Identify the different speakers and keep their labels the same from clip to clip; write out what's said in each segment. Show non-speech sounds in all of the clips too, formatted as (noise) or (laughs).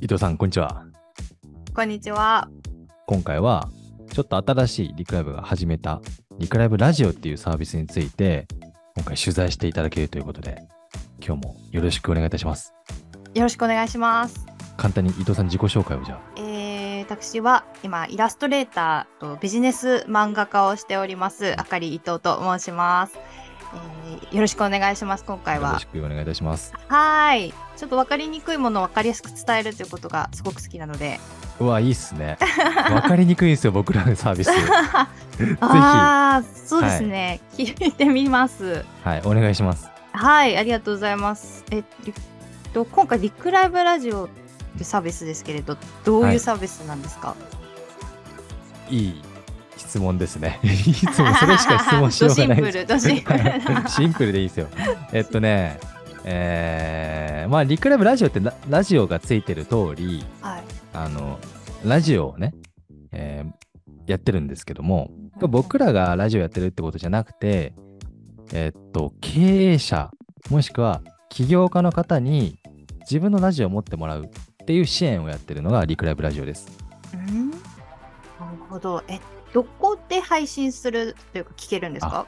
Speaker 1: 伊藤さん、こんにちは。
Speaker 2: こんにちは。
Speaker 1: 今回は、ちょっと新しいリクライブが始めた、リクライブラジオっていうサービスについて、今回取材していただけるということで、今日もよろしくお願いいたします。
Speaker 2: よろしくお願いします。
Speaker 1: 簡単に伊藤さん、自己紹介をじゃあ。
Speaker 2: えー、私は今イラストレーターとビジネス漫画家をしておりますあかり伊藤と申します、えーよろしくお願いします今回
Speaker 1: よろ
Speaker 2: は
Speaker 1: しくお願いいたします。
Speaker 2: はーいちょっと分かりにくいものを分かりやすく伝えるということがすごく好きな
Speaker 1: (laughs)
Speaker 2: ので
Speaker 1: うわ、いいっすね。わかりにくいんですよ、僕らのサービ
Speaker 2: (laughs)
Speaker 1: ス。は
Speaker 2: ああそうですね、聞いてみます
Speaker 1: い、お願いします。
Speaker 2: はいありがとうございますえっと今回リクライブラジオってサービスですけれどどう
Speaker 1: はいいう
Speaker 2: サービスなんですか、
Speaker 1: いい質問ですね。 (laughs) いい質問、それしか質問しようがないです。
Speaker 2: (laughs) ドシンプルドシ
Speaker 1: (laughs)
Speaker 2: ンプルな
Speaker 1: シンプルでいいですよ。えっとね、えーまあ、リクライブラジオってララジオがついてる通り、
Speaker 2: はい
Speaker 1: あの、ラジオをね、えーやってるんですけども、僕らがラジオやってるってことじゃなくて、えっと、経営者、もしくは起業家の方に自分のラジオを持ってもらうっていう支援をやってるのがリクライブラジオです。
Speaker 2: うんなるほど。え、どこで配信するというか聞けるんですか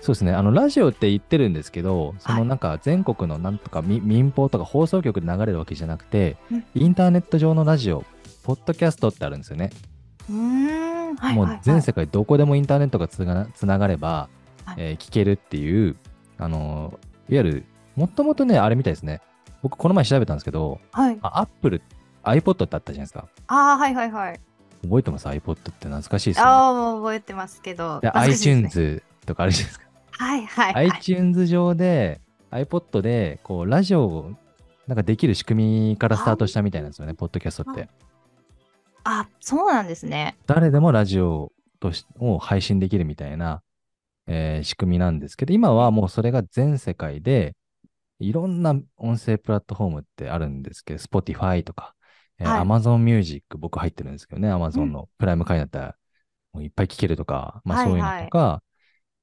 Speaker 1: そうですね。あの、ラジオって言ってるんですけど、そ
Speaker 2: は
Speaker 1: の
Speaker 2: い
Speaker 1: なんか全国のなんとかみ民放とか放送局で流れるわけじゃなくて
Speaker 2: うん、
Speaker 1: インターネット上のラジオ、ポッドキャストってあるんですよね。
Speaker 2: うーん、はい
Speaker 1: も
Speaker 2: はいは
Speaker 1: う
Speaker 2: い。
Speaker 1: 全世界どこでもインターネットがつながつながれば、
Speaker 2: はい
Speaker 1: えー聞けるっていう、あのーいわゆる、もともとね、あれみたいですね。僕、この前調べたんですけど、
Speaker 2: はい。
Speaker 1: アップル、iPod ってあったじゃないですか。
Speaker 2: ああ、はいはいはい。
Speaker 1: 覚えてます ?iPod って懐かしいですよね。
Speaker 2: ああ、もう覚えてますけど。
Speaker 1: で
Speaker 2: 懐かしいですね。
Speaker 1: iTunes とかあるじゃないですか
Speaker 2: はいはいはい。
Speaker 1: iTunes 上で iPod でこうラジオをなんかできる仕組みからスタートしたみたいなんですよね、ポッドキャストって。
Speaker 2: あ、そうなんですね。
Speaker 1: 誰でもラジオとしを配信できるみたいな、えー仕組みなんですけど、今はもうそれが全世界でいろんな音声プラットフォームってあるんですけど、Spotify とか、えー
Speaker 2: はい
Speaker 1: Amazon Music、僕入ってるんですけどね、Amazon のプライム会員だったらもういっぱい聞けるとか、まあ
Speaker 2: はい
Speaker 1: そういうのとか、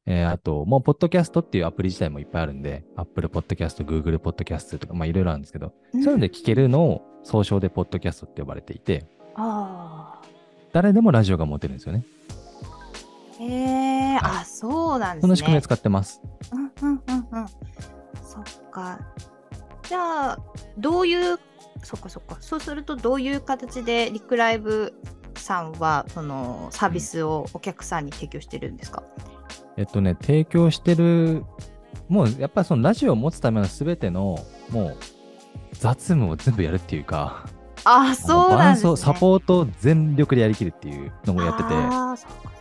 Speaker 1: えーあと、もう、ポッドキャストっていうアプリ自体もいっぱいあるんで、Apple Podcast、Google Podcast とか、まあ、いろいろあるんですけど、
Speaker 2: うん
Speaker 1: そういうので聞けるのを、総称でポッドキャストって呼ばれていて、
Speaker 2: ああ。
Speaker 1: 誰でもラジオが持てるんですよね。
Speaker 2: へえ、
Speaker 1: は
Speaker 2: あ、そうなんですね。
Speaker 1: その仕組みを使ってます。
Speaker 2: うんうんうんうん。そっか。じゃあ、どういう、そっかそっか。そうすると、どういう形でリクライブさんは、そのサービスをお客さんに提供してるんですか、
Speaker 1: えっとね、提供してる、もうやっぱりそのラジオを持つための全ての、もう雑務を全部やるっていうか、
Speaker 2: あ、そうなんです
Speaker 1: あの伴奏
Speaker 2: ね。
Speaker 1: サ
Speaker 2: ー
Speaker 1: ポートを全力でやりきるっていうの
Speaker 2: ト
Speaker 1: もやってて、
Speaker 2: あーそっか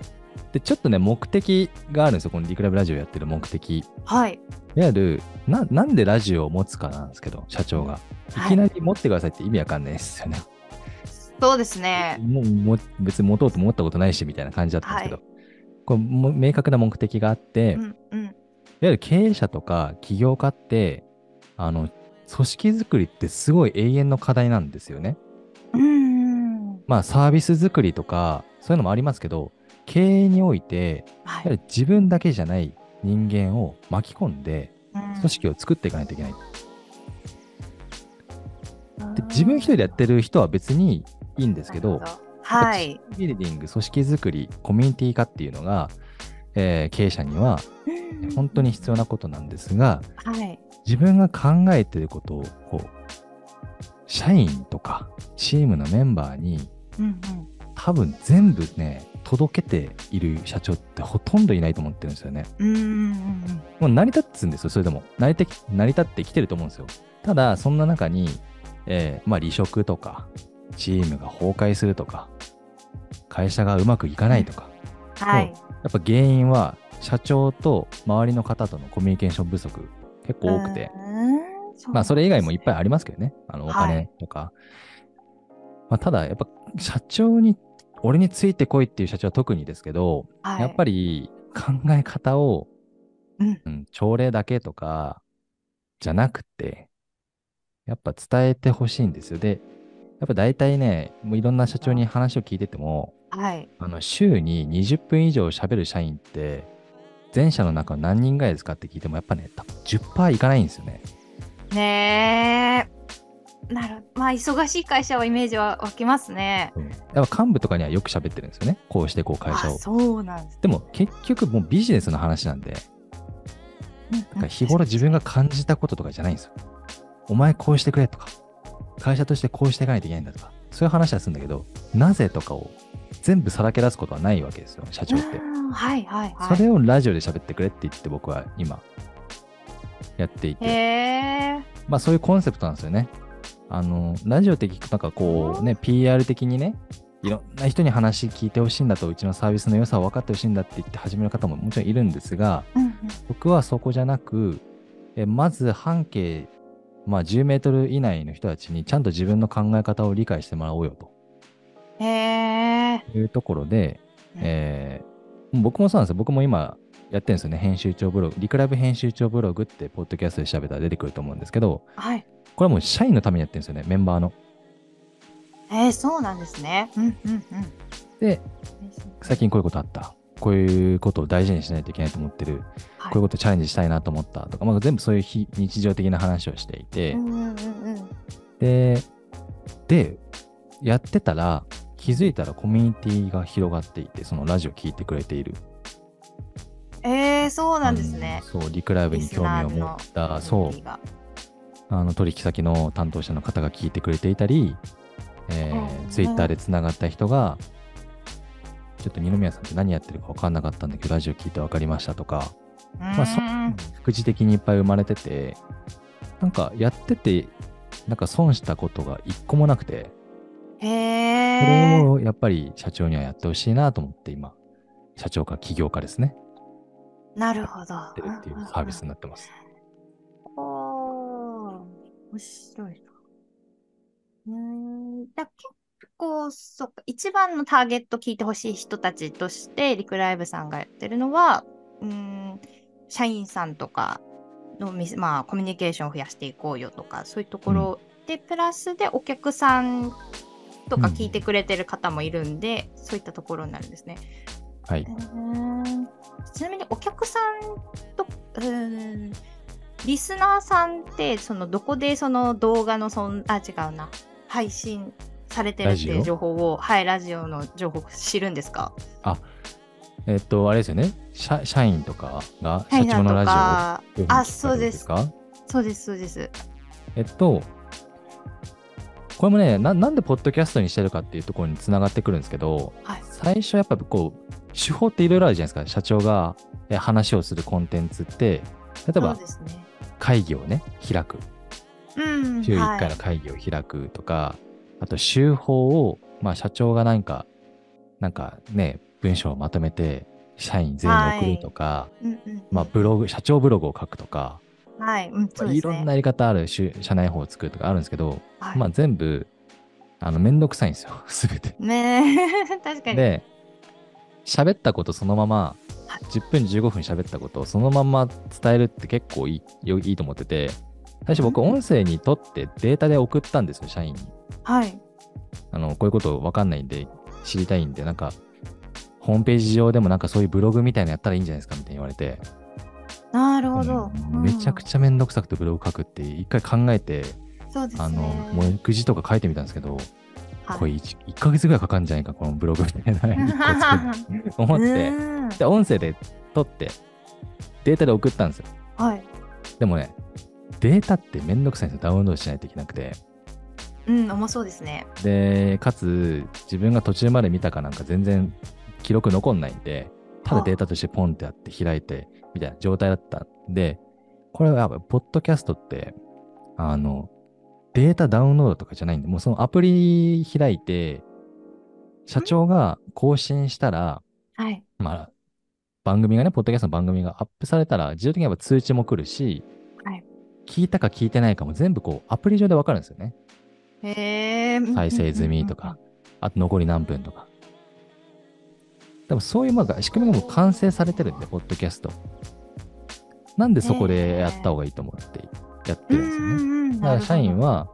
Speaker 1: で、ちょっとね、目的があるんですよ、このリクライブラジオやってる目的。
Speaker 2: はい。
Speaker 1: いわゆるな、なんでラジオを持つかなんですけど、社長が。い
Speaker 2: はい
Speaker 1: きなり持ってくださいって意味わかんないですよね。
Speaker 2: そうですね。
Speaker 1: もうも別に持とうと思ったことないしみたいな感じだったんですけど、
Speaker 2: は
Speaker 1: こうも明確な目的があって、
Speaker 2: う
Speaker 1: いわ
Speaker 2: んうん。
Speaker 1: ゆる経営者とか起業家ってあの組織作りってすごい永遠の課題なんですよね。
Speaker 2: うんうん。
Speaker 1: まあサービス作りとかそういうのもありますけど経営において
Speaker 2: はい
Speaker 1: やはり自分だけじゃない人間を巻き込んで
Speaker 2: うん
Speaker 1: 組織を作っていかないといけない。で自分一人でやってる人は別にいいんですけど
Speaker 2: なるほはい。
Speaker 1: ティームビルディング組織づくりコミュニティ化っていうのが、えー経営者には
Speaker 2: うん
Speaker 1: 本当に必要なことなんですが
Speaker 2: はい。
Speaker 1: 自分が考えてることをこう社員とかチームのメンバーに
Speaker 2: うんうん。
Speaker 1: 多分全部ね届けている社長ってほとんどいないと思ってるんですよね。
Speaker 2: うんうんうん
Speaker 1: もう成り立つんですよそれでも成り立き成り立ってきてると思うんですよ。ただそんな中に、えーまあ、離職とかチームが崩壊するとか会社がうまくいかないとか
Speaker 2: はい。
Speaker 1: やっぱ原因は社長と周りの方とのコミュニケーション不足結構多くて、
Speaker 2: うん。
Speaker 1: まあそれ以外もいっぱい
Speaker 2: い。
Speaker 1: ありますけどね、あのお
Speaker 2: は
Speaker 1: 金
Speaker 2: い
Speaker 1: とか。まあ、ただやっぱ社長に、俺についてこいっていう社長は特にですけど、
Speaker 2: はい
Speaker 1: やっぱり考え方を、
Speaker 2: うん
Speaker 1: うん朝礼だけとかじゃなくて、やっぱ伝えてほしいんですよ。で、やっぱ大体ね、もういろんな社長に話を聞いてても、
Speaker 2: はい。
Speaker 1: あの週に20分以上喋る社員って全社の中は何人ぐらいですかって聞いても、やっぱね、多分10%いかないんですよね。
Speaker 2: ねえ。なるまあ忙しい会社はイメージは湧きますね。
Speaker 1: やっぱ幹部とかにはよく喋ってるんですよね。こうしてこう会社
Speaker 2: あ
Speaker 1: を。
Speaker 2: そうなんです。
Speaker 1: でも結局もうビジネスの話なんで、
Speaker 2: うんうん
Speaker 1: だから日頃自分が感じたこととかじゃないんですよ。お前こうしてくれとか、会社としてこうしていかないといけないんだとか、そういう話はするんだけど、なぜとかを全部さらけ出すことはないわけですよ、社長って。
Speaker 2: うんはいはい (laughs) は
Speaker 1: そ
Speaker 2: い。
Speaker 1: れをラジオで喋ってくれって言って僕は今やってい
Speaker 2: へ
Speaker 1: て、
Speaker 2: え。
Speaker 1: まあそういうコンセプトなんですよね。あの、ラジオって聞くとなんかこうね、PR 的にね、いろんな人に話聞いてほしいんだと、うちのサービスの良さを分かってほしいんだって言って始める方ももちろんいるんですが、
Speaker 2: うんうん
Speaker 1: 僕はそこじゃなく、えまず半径、まあ、10メートル以内の人たちにちゃんと自分の考え方を理解してもらおうよ
Speaker 2: へえ。
Speaker 1: というところで、
Speaker 2: うん
Speaker 1: えー僕もそうなんですよ。僕も今やってるんですよね。編集長ブログ。リクラブ編集長ブログって、ポッドキャストで調べたら出てくると思うんですけど、
Speaker 2: はい。
Speaker 1: これはもう社員のためにやってるんですよね。メンバーの。
Speaker 2: えー、そうなんですね。うんうんうん。
Speaker 1: で、最近こういうことあった。こういうことを大事にしないといけないと思ってる。
Speaker 2: はい
Speaker 1: こういうことチャレンジしたいなと思ったとか、まあ、全部そういう非日常的な話をしていて、
Speaker 2: うんうんうんうん。
Speaker 1: で、で、やってたら、気づいたらコミュニティが広がっていて、そのラジオ聞いてくれている。
Speaker 2: えー、そうなんですね。
Speaker 1: あのそう、リクライブに興味を持った、そう、あの取引先の担当者の方が聞いてくれていたり、え
Speaker 2: うんうん
Speaker 1: ー、ツイッターでつながった人が、ちょっと二宮さんって何やってるか分かんなかったんだけど、ラジオ聞いて分かりましたとか、
Speaker 2: ま
Speaker 1: まあ、そ副次的にいっぱい生まれてて、なんかやってて、なんか損したことが一個もなくて、
Speaker 2: へ
Speaker 1: これ
Speaker 2: え。
Speaker 1: をやっぱり社長にはやってほしいなと思って今、社長か起業家ですね、
Speaker 2: なるほど。や
Speaker 1: やってるっていうサービスになってます。
Speaker 2: おー面白いな。うーん、だ結構、そっか、一番のターゲット聞いてほしい人たちとして、リクライブさんがやってるのは、うーん、社員さんとかのミス、まあ、コミュニケーションを増やしていこうよとか、そういうところで、プラスでお客さんとか聞いてくれてる方もいるんで、そういったところになるんですね。。
Speaker 1: はいう
Speaker 2: ーんちなみにお客さんとうーんリスナーさんってそのどこでその動画のそんあ違うな配信されてるってい
Speaker 1: ラジ
Speaker 2: う
Speaker 1: オ
Speaker 2: 情報をはいラジオの情報を知るんですか
Speaker 1: えっと、あれですよね。社社員とかが
Speaker 2: は
Speaker 1: 社
Speaker 2: い
Speaker 1: 長
Speaker 2: なんと
Speaker 1: のラジオを
Speaker 2: か
Speaker 1: どいふに聞くか
Speaker 2: あそうです
Speaker 1: どいこと
Speaker 2: そうですそうです
Speaker 1: ですかえっと、これもねな、なんでポッドキャストにしてるかっていうところにつながってくるんですけど、
Speaker 2: はい
Speaker 1: 最初やっぱこう、手法っていろいろあるじゃないですか。社長がえ話をするコンテンツって、例え
Speaker 2: そ
Speaker 1: ば
Speaker 2: うですね
Speaker 1: 会議をね、開く。
Speaker 2: うん
Speaker 1: 週1
Speaker 2: は
Speaker 1: 回
Speaker 2: い
Speaker 1: の会議を開くとか、あと週報を、まあ、社長がなんかなんかね文章をまとめて社員全員に送るとか、
Speaker 2: うんうん
Speaker 1: まあ、ブログ社長ブログを書くとか、
Speaker 2: はいうんそ
Speaker 1: ま
Speaker 2: う
Speaker 1: あ、
Speaker 2: で
Speaker 1: い
Speaker 2: す
Speaker 1: ろん
Speaker 2: ね
Speaker 1: なやり方ある社社内法を作るとかあるんですけど、
Speaker 2: はい
Speaker 1: まあ、全部あのめんどくさいんですよ (laughs) 全て。
Speaker 2: ね (laughs) 確かに
Speaker 1: で喋ったことそのまま
Speaker 2: はい
Speaker 1: 10分15分喋ったことをそのまま伝えるって結構いいよいいと思ってて最初僕
Speaker 2: うん
Speaker 1: 音声に取ってデータで送ったんですよ社員に。
Speaker 2: はい
Speaker 1: あの、こういうこと分かんないんで、知りたいんで、なんか、ホームページ上でもなんかそういうブログみたいなのやったらいいんじゃないですかみたいに言われて、
Speaker 2: なるほど
Speaker 1: うんめちゃく
Speaker 2: ゃ
Speaker 1: ちゃめんどくさくてブログ書くって、一回考えて、
Speaker 2: そうですね
Speaker 1: あの、目次とか書いてみたんですけど、
Speaker 2: はい
Speaker 1: これ 1, ヶ月ぐらいかかんじゃないか、このブログみたいな
Speaker 2: (laughs)
Speaker 1: 一個作る。思っ
Speaker 2: う
Speaker 1: て、
Speaker 2: ーん
Speaker 1: で、音声で撮って、データで送ったんですよ。
Speaker 2: はい
Speaker 1: でもね、データってめんどくさいんですよ。ダウンロードしないといけなくて。
Speaker 2: うん重そうですね
Speaker 1: で、かつ、自分が途中まで見たかなんか全然記録残んないんで、ただデータとしてポンってあって開いて、みたいな状態だったんで、これはやっぱ、ポッドキャストって、あの、データダウンロードとかじゃないんで、もうそのアプリ開いて、社長が更新したら、
Speaker 2: はい
Speaker 1: まあ、番組がね、ポッドキャストの番組がアップされたら、自動的にやっぱ通知も来るし、
Speaker 2: はい
Speaker 1: 聞いたか聞いてないかも全部こう、アプリ上でわかるんですよね。
Speaker 2: へー
Speaker 1: 再生済みとか、あと残り何分とか。でもそういうものが仕組みがもう完成されてるんで、ポッドキャスト。なんでそこでやった方がいいと思ってやって
Speaker 2: うん
Speaker 1: る
Speaker 2: う
Speaker 1: で
Speaker 2: ん
Speaker 1: すよ
Speaker 2: ん
Speaker 1: ね。
Speaker 2: うんうん
Speaker 1: だから社員
Speaker 2: なる
Speaker 1: は、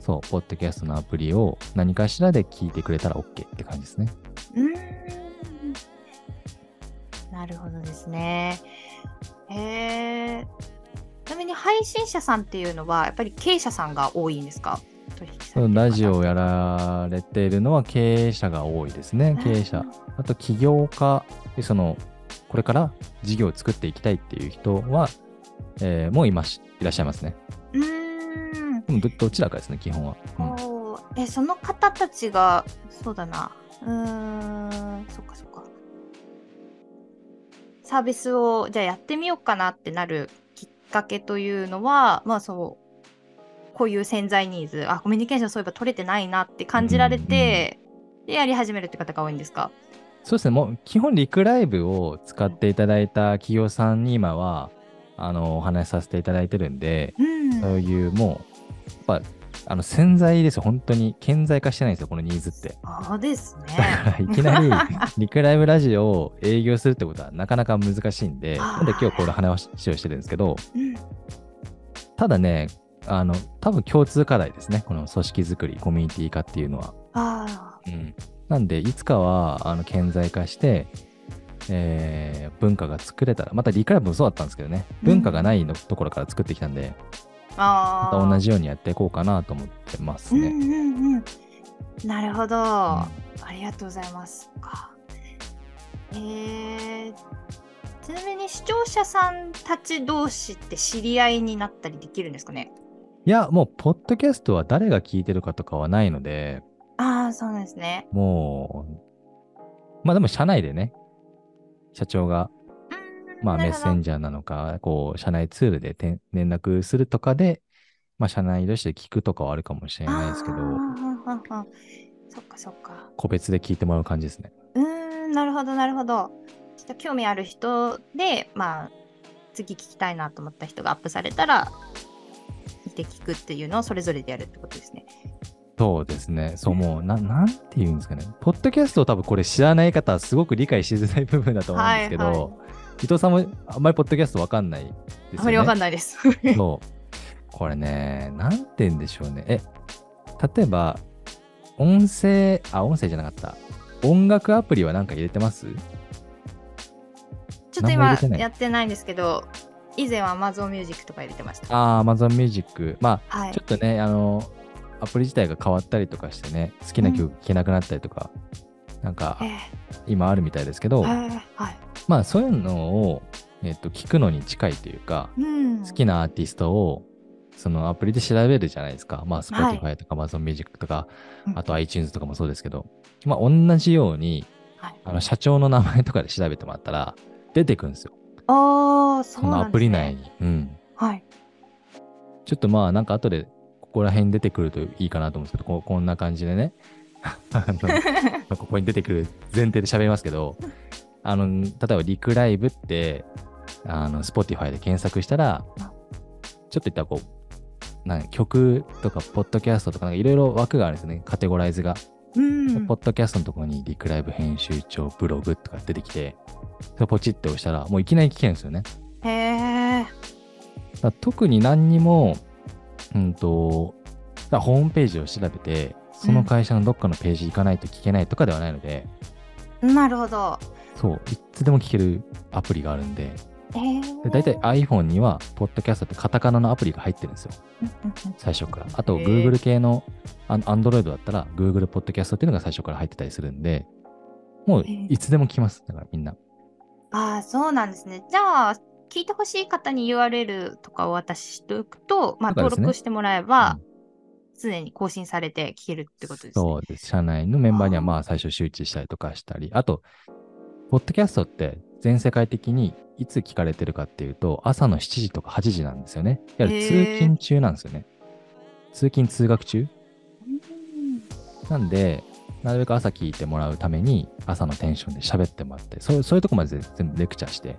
Speaker 1: そう、ポッドキャストのアプリを何かしらで聞いてくれたら OK って感じですね。
Speaker 2: ほどうんなるほどですね。へえ。ちなみに配信者さんっていうのは、やっぱり経営者さんが多いんですか取引先の方
Speaker 1: ラジオをやられているのは経営者が多いですね、経営者。あと起業家、その、これから事業を作っていきたいっていう人は、えーもういましいらっしゃいますね。
Speaker 2: うーん。
Speaker 1: でもどどちらかですね、基本は。うん
Speaker 2: こうえその方たちがそうだなうーんそっかそっかサービスをじゃあやってみようかなってなるきっかけというのはまあそうこういう潜在ニーズあコミュニケーションそういえば取れてないなって感じられて、でやり始めるって方が多いんですか
Speaker 1: そうですね、もう基本、リクライブを使っていただいた企業さんに今は、あの、お話しさせていただいてるんで、
Speaker 2: うん
Speaker 1: そういうもう、やっぱ、あの、潜在ですよ、本当に。顕在化してないんですよ、このニーズって。
Speaker 2: そうですね
Speaker 1: だから、いきなり、
Speaker 2: (laughs)
Speaker 1: リクライブラジオを営業するってことはなかなか難しいんで、なんで今日この話をしてるんですけど、
Speaker 2: うん
Speaker 1: ただね、あの、多分共通課題ですね、この組織づくり、コミュニティ化っていうのは。
Speaker 2: あ
Speaker 1: うん、なんでいつかはあの顕在化して、えー文化が作れたらまたリクライブもそうだったんですけどね
Speaker 2: うん
Speaker 1: 文化がないのところから作ってきたんで、
Speaker 2: ーあ
Speaker 1: ま
Speaker 2: ー
Speaker 1: た同じようにやっていこうかなと思ってます
Speaker 2: うん
Speaker 1: ね。
Speaker 2: うんうんなるほど、
Speaker 1: うん
Speaker 2: ありがとうございます。そっかえー、ちなみに視聴者さんたち同士って知り合いになったりできるんですかね
Speaker 1: いやもうポッドキャストは誰が聞いてるかとかはないので
Speaker 2: ああそうなんですね。
Speaker 1: もうまあでも社内でね社長が、
Speaker 2: うん
Speaker 1: まあ、
Speaker 2: な
Speaker 1: メ
Speaker 2: る
Speaker 1: ッ
Speaker 2: ほど
Speaker 1: センジャーなのかこう社内ツールでてん連絡するとかで、まあ、社内同士で聞くとかはあるかもしれないですけど
Speaker 2: あーうんうんうんそっかそっか。
Speaker 1: 個別で聞いてもらう感じですね。
Speaker 2: うーんなるほどなるほど。ちょっと興味ある人でまあ次聞きたいなと思った人がアップされたら見て聞くっていうのをそれぞれでやるってことですね。
Speaker 1: そうですね。そう、もう、ななんて言うんですかね。ポッドキャストを多分これ知らない方はすごく理解しづらい部分だと思うんですけど、
Speaker 2: はいはい
Speaker 1: 伊藤さんもあんまりポッドキャストわかんないですよね。
Speaker 2: あまりわかんないです。
Speaker 1: そう。これね、なんて言うんでしょうね。え、例えば、音声、あ、音声じゃなかった。音楽アプリは何か入れてます
Speaker 2: ちょっと
Speaker 1: 何も入れ
Speaker 2: 今
Speaker 1: てない
Speaker 2: やってないんですけど、以前は Amazon Music とか入れてました。
Speaker 1: あー、Amazon Music。ま
Speaker 2: は
Speaker 1: あ、
Speaker 2: い
Speaker 1: ちょ。っとね、あの、アプリ自体が変わったりとかしてね、好きな曲聴けなくなったりとか、なんか
Speaker 2: え
Speaker 1: 今あるみたいですけど、
Speaker 2: ーはいはい。
Speaker 1: まあそういうのを、えっと聞くのに近いというか、
Speaker 2: うん。
Speaker 1: 好きなアーティストをそのアプリで調べるじゃないですか。まあ
Speaker 2: はい
Speaker 1: Spotify とか Amazon Music とか、
Speaker 2: うん
Speaker 1: あと iTunes とかもそうですけど、まあ同じように
Speaker 2: はい
Speaker 1: あの社長の名前とかで調べてもらったら出てくるんですよ。
Speaker 2: ああ、そう
Speaker 1: この
Speaker 2: な
Speaker 1: ア
Speaker 2: んですね
Speaker 1: プリ内。に。うん。
Speaker 2: はい。
Speaker 1: ちょっとまあなんか後でここら辺に出てくるといいかなと思うんですけど、ここんな感じでね。 (laughs) あの
Speaker 2: (laughs)
Speaker 1: まあここに出てくる前提で喋りますけど、あの、例えばリクライブって、あの、Spotify で検索したら
Speaker 2: あ、
Speaker 1: ちょっといったらこう、なん曲とか、ポッドキャストとか、なんかいろいろ枠があるんですよね、カテゴライズが。
Speaker 2: うん。
Speaker 1: ポッドキャストのところにリクライブ編集長ブログとか出てきて、それポチって押したら、もういきなり聞けるんですよね。
Speaker 2: へえ。
Speaker 1: だから特に何にも、うんと、だからホームページを調べて、その会社のどっかのページ行かないと聞けないとかではないので、
Speaker 2: なるほど。
Speaker 1: そう、いつでも聞けるアプリがあるんで、
Speaker 2: え
Speaker 1: で
Speaker 2: ー、
Speaker 1: 大体 iPhone には、ポッドキャストってカタカナのアプリが入ってるんですよ、
Speaker 2: うんうんうん
Speaker 1: 最初から。あと、
Speaker 2: へー
Speaker 1: Google 系の、あの Android だったら、Google ポッドキャストっていうのが最初から入ってたりするんで、もう
Speaker 2: へー
Speaker 1: いつでも聞きます、だからみんな。
Speaker 2: ああ、そうなんですね。じゃあ、聞いてほしい方に URL とかをお渡ししておくと、まあ、
Speaker 1: とかですね
Speaker 2: 登録してもらえば、常に更新されて聞けるってことですね。
Speaker 1: そうです。社内のメンバーには、まあ、最初周知したりとかしたり、あと、ポッドキャストって全世界的にいつ聞かれてるかっていうと、朝の7時とか8時なんですよね。いわゆる通
Speaker 2: へー
Speaker 1: 勤中なんですよね。通勤・通学中
Speaker 2: うん
Speaker 1: なんで、なるべく朝聞いてもらうために、朝のテンションで喋ってもらって、そうそういうとこまで全部レクチャーして、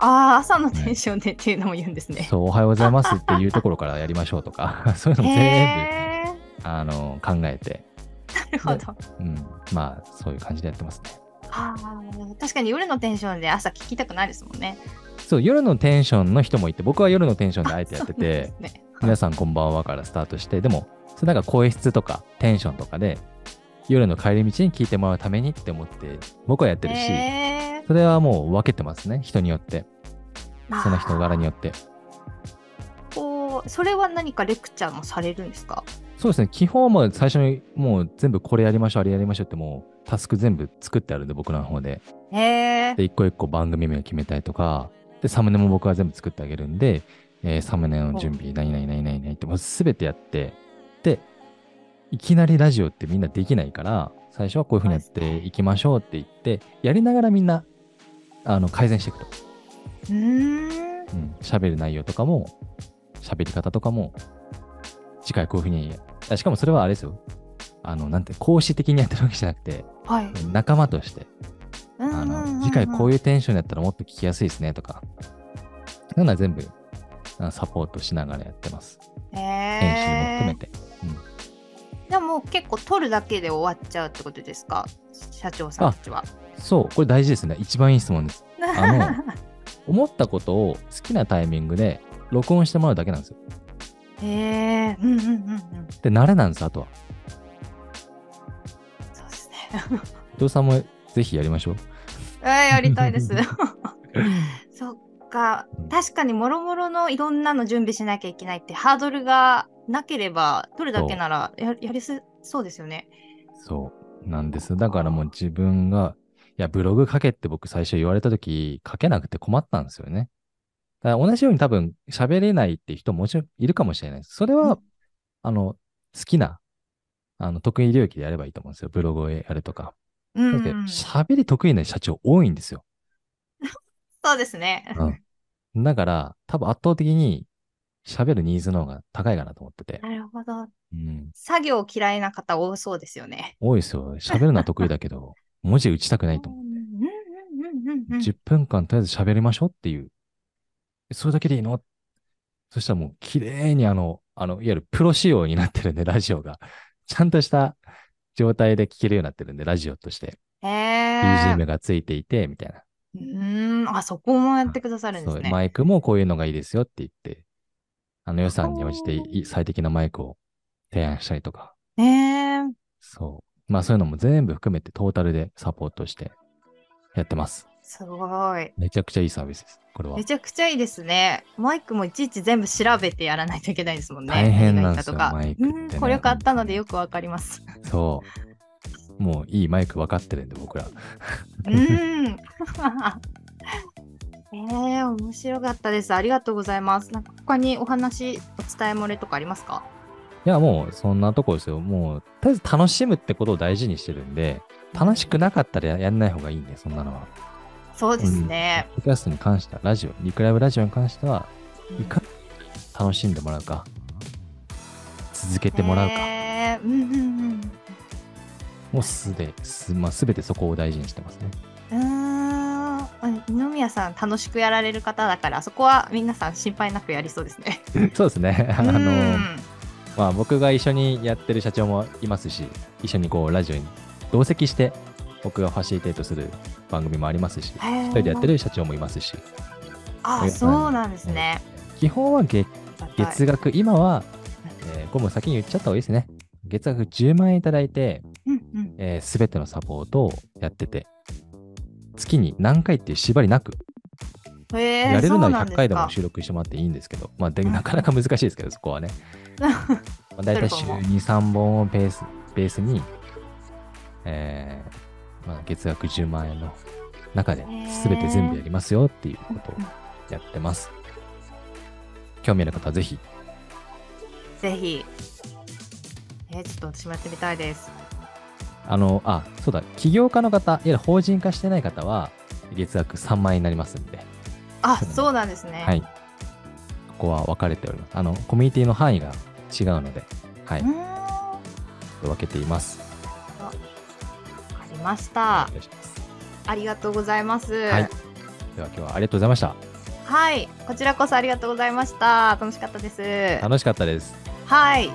Speaker 2: ああ、朝のテンションでっていうのも言うんですね。
Speaker 1: そう、おはようございますっていうところからやりましょうとか、 (laughs) そういうのも全部、
Speaker 2: へえ。
Speaker 1: あの、考えて、
Speaker 2: なるほど。
Speaker 1: うん、まあ、そういう感じでやってますね。
Speaker 2: あー確かに夜のテンションで朝聞きたくないですもんね。
Speaker 1: そう、夜のテンションの人もいて、僕は夜のテンションであえてやってて、
Speaker 2: そうなんですね
Speaker 1: 皆さんこんばんはからスタートして、でも、それなんか声質とかテンションとかで、夜の帰り道に聞いてもらうためにって思って、僕はやってるし、
Speaker 2: へ
Speaker 1: それはもう分けてますね。人によって。
Speaker 2: まあ
Speaker 1: その人柄によって。
Speaker 2: こうそれは何かレクチャーもされるんですか
Speaker 1: そうですね。基本はもう最初にもう全部これやりましょう、あれやりましょうってもうタスク全部作ってあるんで、僕らの方で。
Speaker 2: へえ
Speaker 1: で、一個一個番組名を決めたりとか、で、サムネも僕は全部作ってあげるんで、えーサムネの準備、何々何々何々って、もう全てやって、で、いきなりラジオってみんなできないから、最初はこういうふうにやっていきましょうって言って、やりながらみんな、あの、改善していくと。
Speaker 2: うー
Speaker 1: う
Speaker 2: ん
Speaker 1: ん喋る内容とかも、喋り方とかも、次回こういうふうに、あしかもそれはあれですよ。あの、なんて、講師的にやってるわけじゃなくて、
Speaker 2: はい
Speaker 1: 仲間として、あの、次回こう
Speaker 2: い
Speaker 1: いうテンションやったらもっと聞きやすいですねとか、そういうのは全部、あサポートしながらやってます。
Speaker 2: うん
Speaker 1: 編集も含
Speaker 2: へ
Speaker 1: め
Speaker 2: え
Speaker 1: て。
Speaker 2: じゃあもう結構取るだけで終わっちゃうってことですか社長さんたちは
Speaker 1: そう、これ大事ですね。一番いい質問です。あ思ったことを好きなタイミングで録音してもらうだけなんですよ。
Speaker 2: (laughs) へえうんうんうんうん
Speaker 1: で、慣れなんです、あとは。
Speaker 2: そうですね
Speaker 1: 伊藤さんもぜひやりましょう。
Speaker 2: えーやりたいです
Speaker 1: (laughs)
Speaker 2: (laughs) そっか確かにもろもろのいろんなの準備しなきゃいけないってハードルがなければ取るだけならややりすそうですよね
Speaker 1: そうなんです。だからもう自分が、いや、ブログ書けって僕最初言われたとき、書けなくて困ったんですよね。だから同じように多分喋れないって人ももちろんいるかもしれないです。それは、
Speaker 2: うん
Speaker 1: あの、好きな、あの、得意領域でやればいいと思うんですよ。ブログをやるとか。
Speaker 2: うん
Speaker 1: だ
Speaker 2: う
Speaker 1: って
Speaker 2: ん、
Speaker 1: 喋り得意な社長多いんですよ。
Speaker 2: そうですね。
Speaker 1: うん。だから、多分圧倒的に喋るニーズの方が高いかなと思ってて。
Speaker 2: なるほど。
Speaker 1: うん。
Speaker 2: 作業嫌いな方多そうですよね。
Speaker 1: 多いですよ。喋るのは得意だけど、文字打ちたくないと思う
Speaker 2: うんうんうんうんうん
Speaker 1: 10分間とりあえず喋りましょうっていう。それだけでいいのそしたらもう綺麗にあの、あの、いわゆるプロ仕様になってるんで、ラジオが。ちゃんとした状態で聞けるようになってるんで、ラジオとして。
Speaker 2: へー
Speaker 1: BGM がついていて、みたいな。
Speaker 2: うーん、あそこもやってくださるんで
Speaker 1: そ
Speaker 2: す
Speaker 1: う
Speaker 2: ね。
Speaker 1: マイクもこういうのがいいですよって言って、あの予算に応じて
Speaker 2: おー
Speaker 1: い最適なマイクを提案したりとか。
Speaker 2: ねー
Speaker 1: そう。まあそういうのも全部含めてトータルでサポートしてやってます。
Speaker 2: すごい。
Speaker 1: めちゃくちゃいいサービスです。これは
Speaker 2: め。ちゃくちゃいいですね。マイクもいちいち全部調べてやらないといけないですもんね。
Speaker 1: 大変なんですよ
Speaker 2: 何が
Speaker 1: マ
Speaker 2: いい
Speaker 1: イ
Speaker 2: かと
Speaker 1: ク
Speaker 2: か
Speaker 1: ってね
Speaker 2: うん、これ買ったのでよくわか
Speaker 1: (laughs)
Speaker 2: ります。
Speaker 1: そう。もういいマイク分かってるんで、僕ら。
Speaker 2: うーん。えー、面白かったです。ありがとうございます。なんか他にお話、お伝え漏れとかありますか
Speaker 1: いや、もうそんなとこですよ。もう、とりあえず楽しむってことを大事にしてるんで、楽しくなかったらややんない方がいいんで、そんなのは。
Speaker 2: そうですね。
Speaker 1: ポッドキャストに関しては、ラジオ、リクライブラジオに関しては、いかに楽しんでもらうか、続けてもらうか、
Speaker 2: えーうんうん
Speaker 1: もうすで、すまあ、すべてそこを大事にしてますね。
Speaker 2: うん。うーん二宮さん楽しくやられる方だからそこは皆さん心配なくやりそうですね。
Speaker 1: そうですね。あ
Speaker 2: う
Speaker 1: の、
Speaker 2: ん
Speaker 1: まあ、僕が一緒にやってる社長もいますし一緒にこうラジオに同席して僕がファシリテートする番組もありますし
Speaker 2: へー
Speaker 1: 一人でやってる社長もいますし
Speaker 2: あそうなんですね。
Speaker 1: 基本は月
Speaker 2: はい
Speaker 1: 月額、今は、えーこれも先に言っちゃった方がいいですね月額10万円いただいて、
Speaker 2: うんうん、
Speaker 1: えー、全てのサポートをやってて月に何回っていう縛りなく、
Speaker 2: へー
Speaker 1: やれるな
Speaker 2: そう
Speaker 1: ら
Speaker 2: なん
Speaker 1: 100
Speaker 2: すか
Speaker 1: 回でも収録してもらっていいんですけどまあでなかなか難しいですけどそこはね
Speaker 2: (laughs)
Speaker 1: まあ、大体
Speaker 2: ト
Speaker 1: 週
Speaker 2: ルコも
Speaker 1: 2、3本をベースベースに、えーまあ、月額10万円の中で
Speaker 2: ー
Speaker 1: 全て全部やりますよっていうことをやってます。興味ある方はぜひ、
Speaker 2: ぜひ。えーちょっと私もやってみたいです。
Speaker 1: あの、あ、そうだ、起業家の方、いわゆる法人化してない方は、月額3万円になりますんで、
Speaker 2: あそうなんですね。
Speaker 1: はい。ここは分かれております。あの、コミュニティの範囲が違うので、はいう
Speaker 2: ー、んわ
Speaker 1: 分けています。
Speaker 2: かりました
Speaker 1: お。願いします
Speaker 2: ありがとうございます。
Speaker 1: はい。では今日はありがとうございました。
Speaker 2: はい、こちらこそありがとうございました。楽しかったです。
Speaker 1: 楽しかったです。
Speaker 2: はい。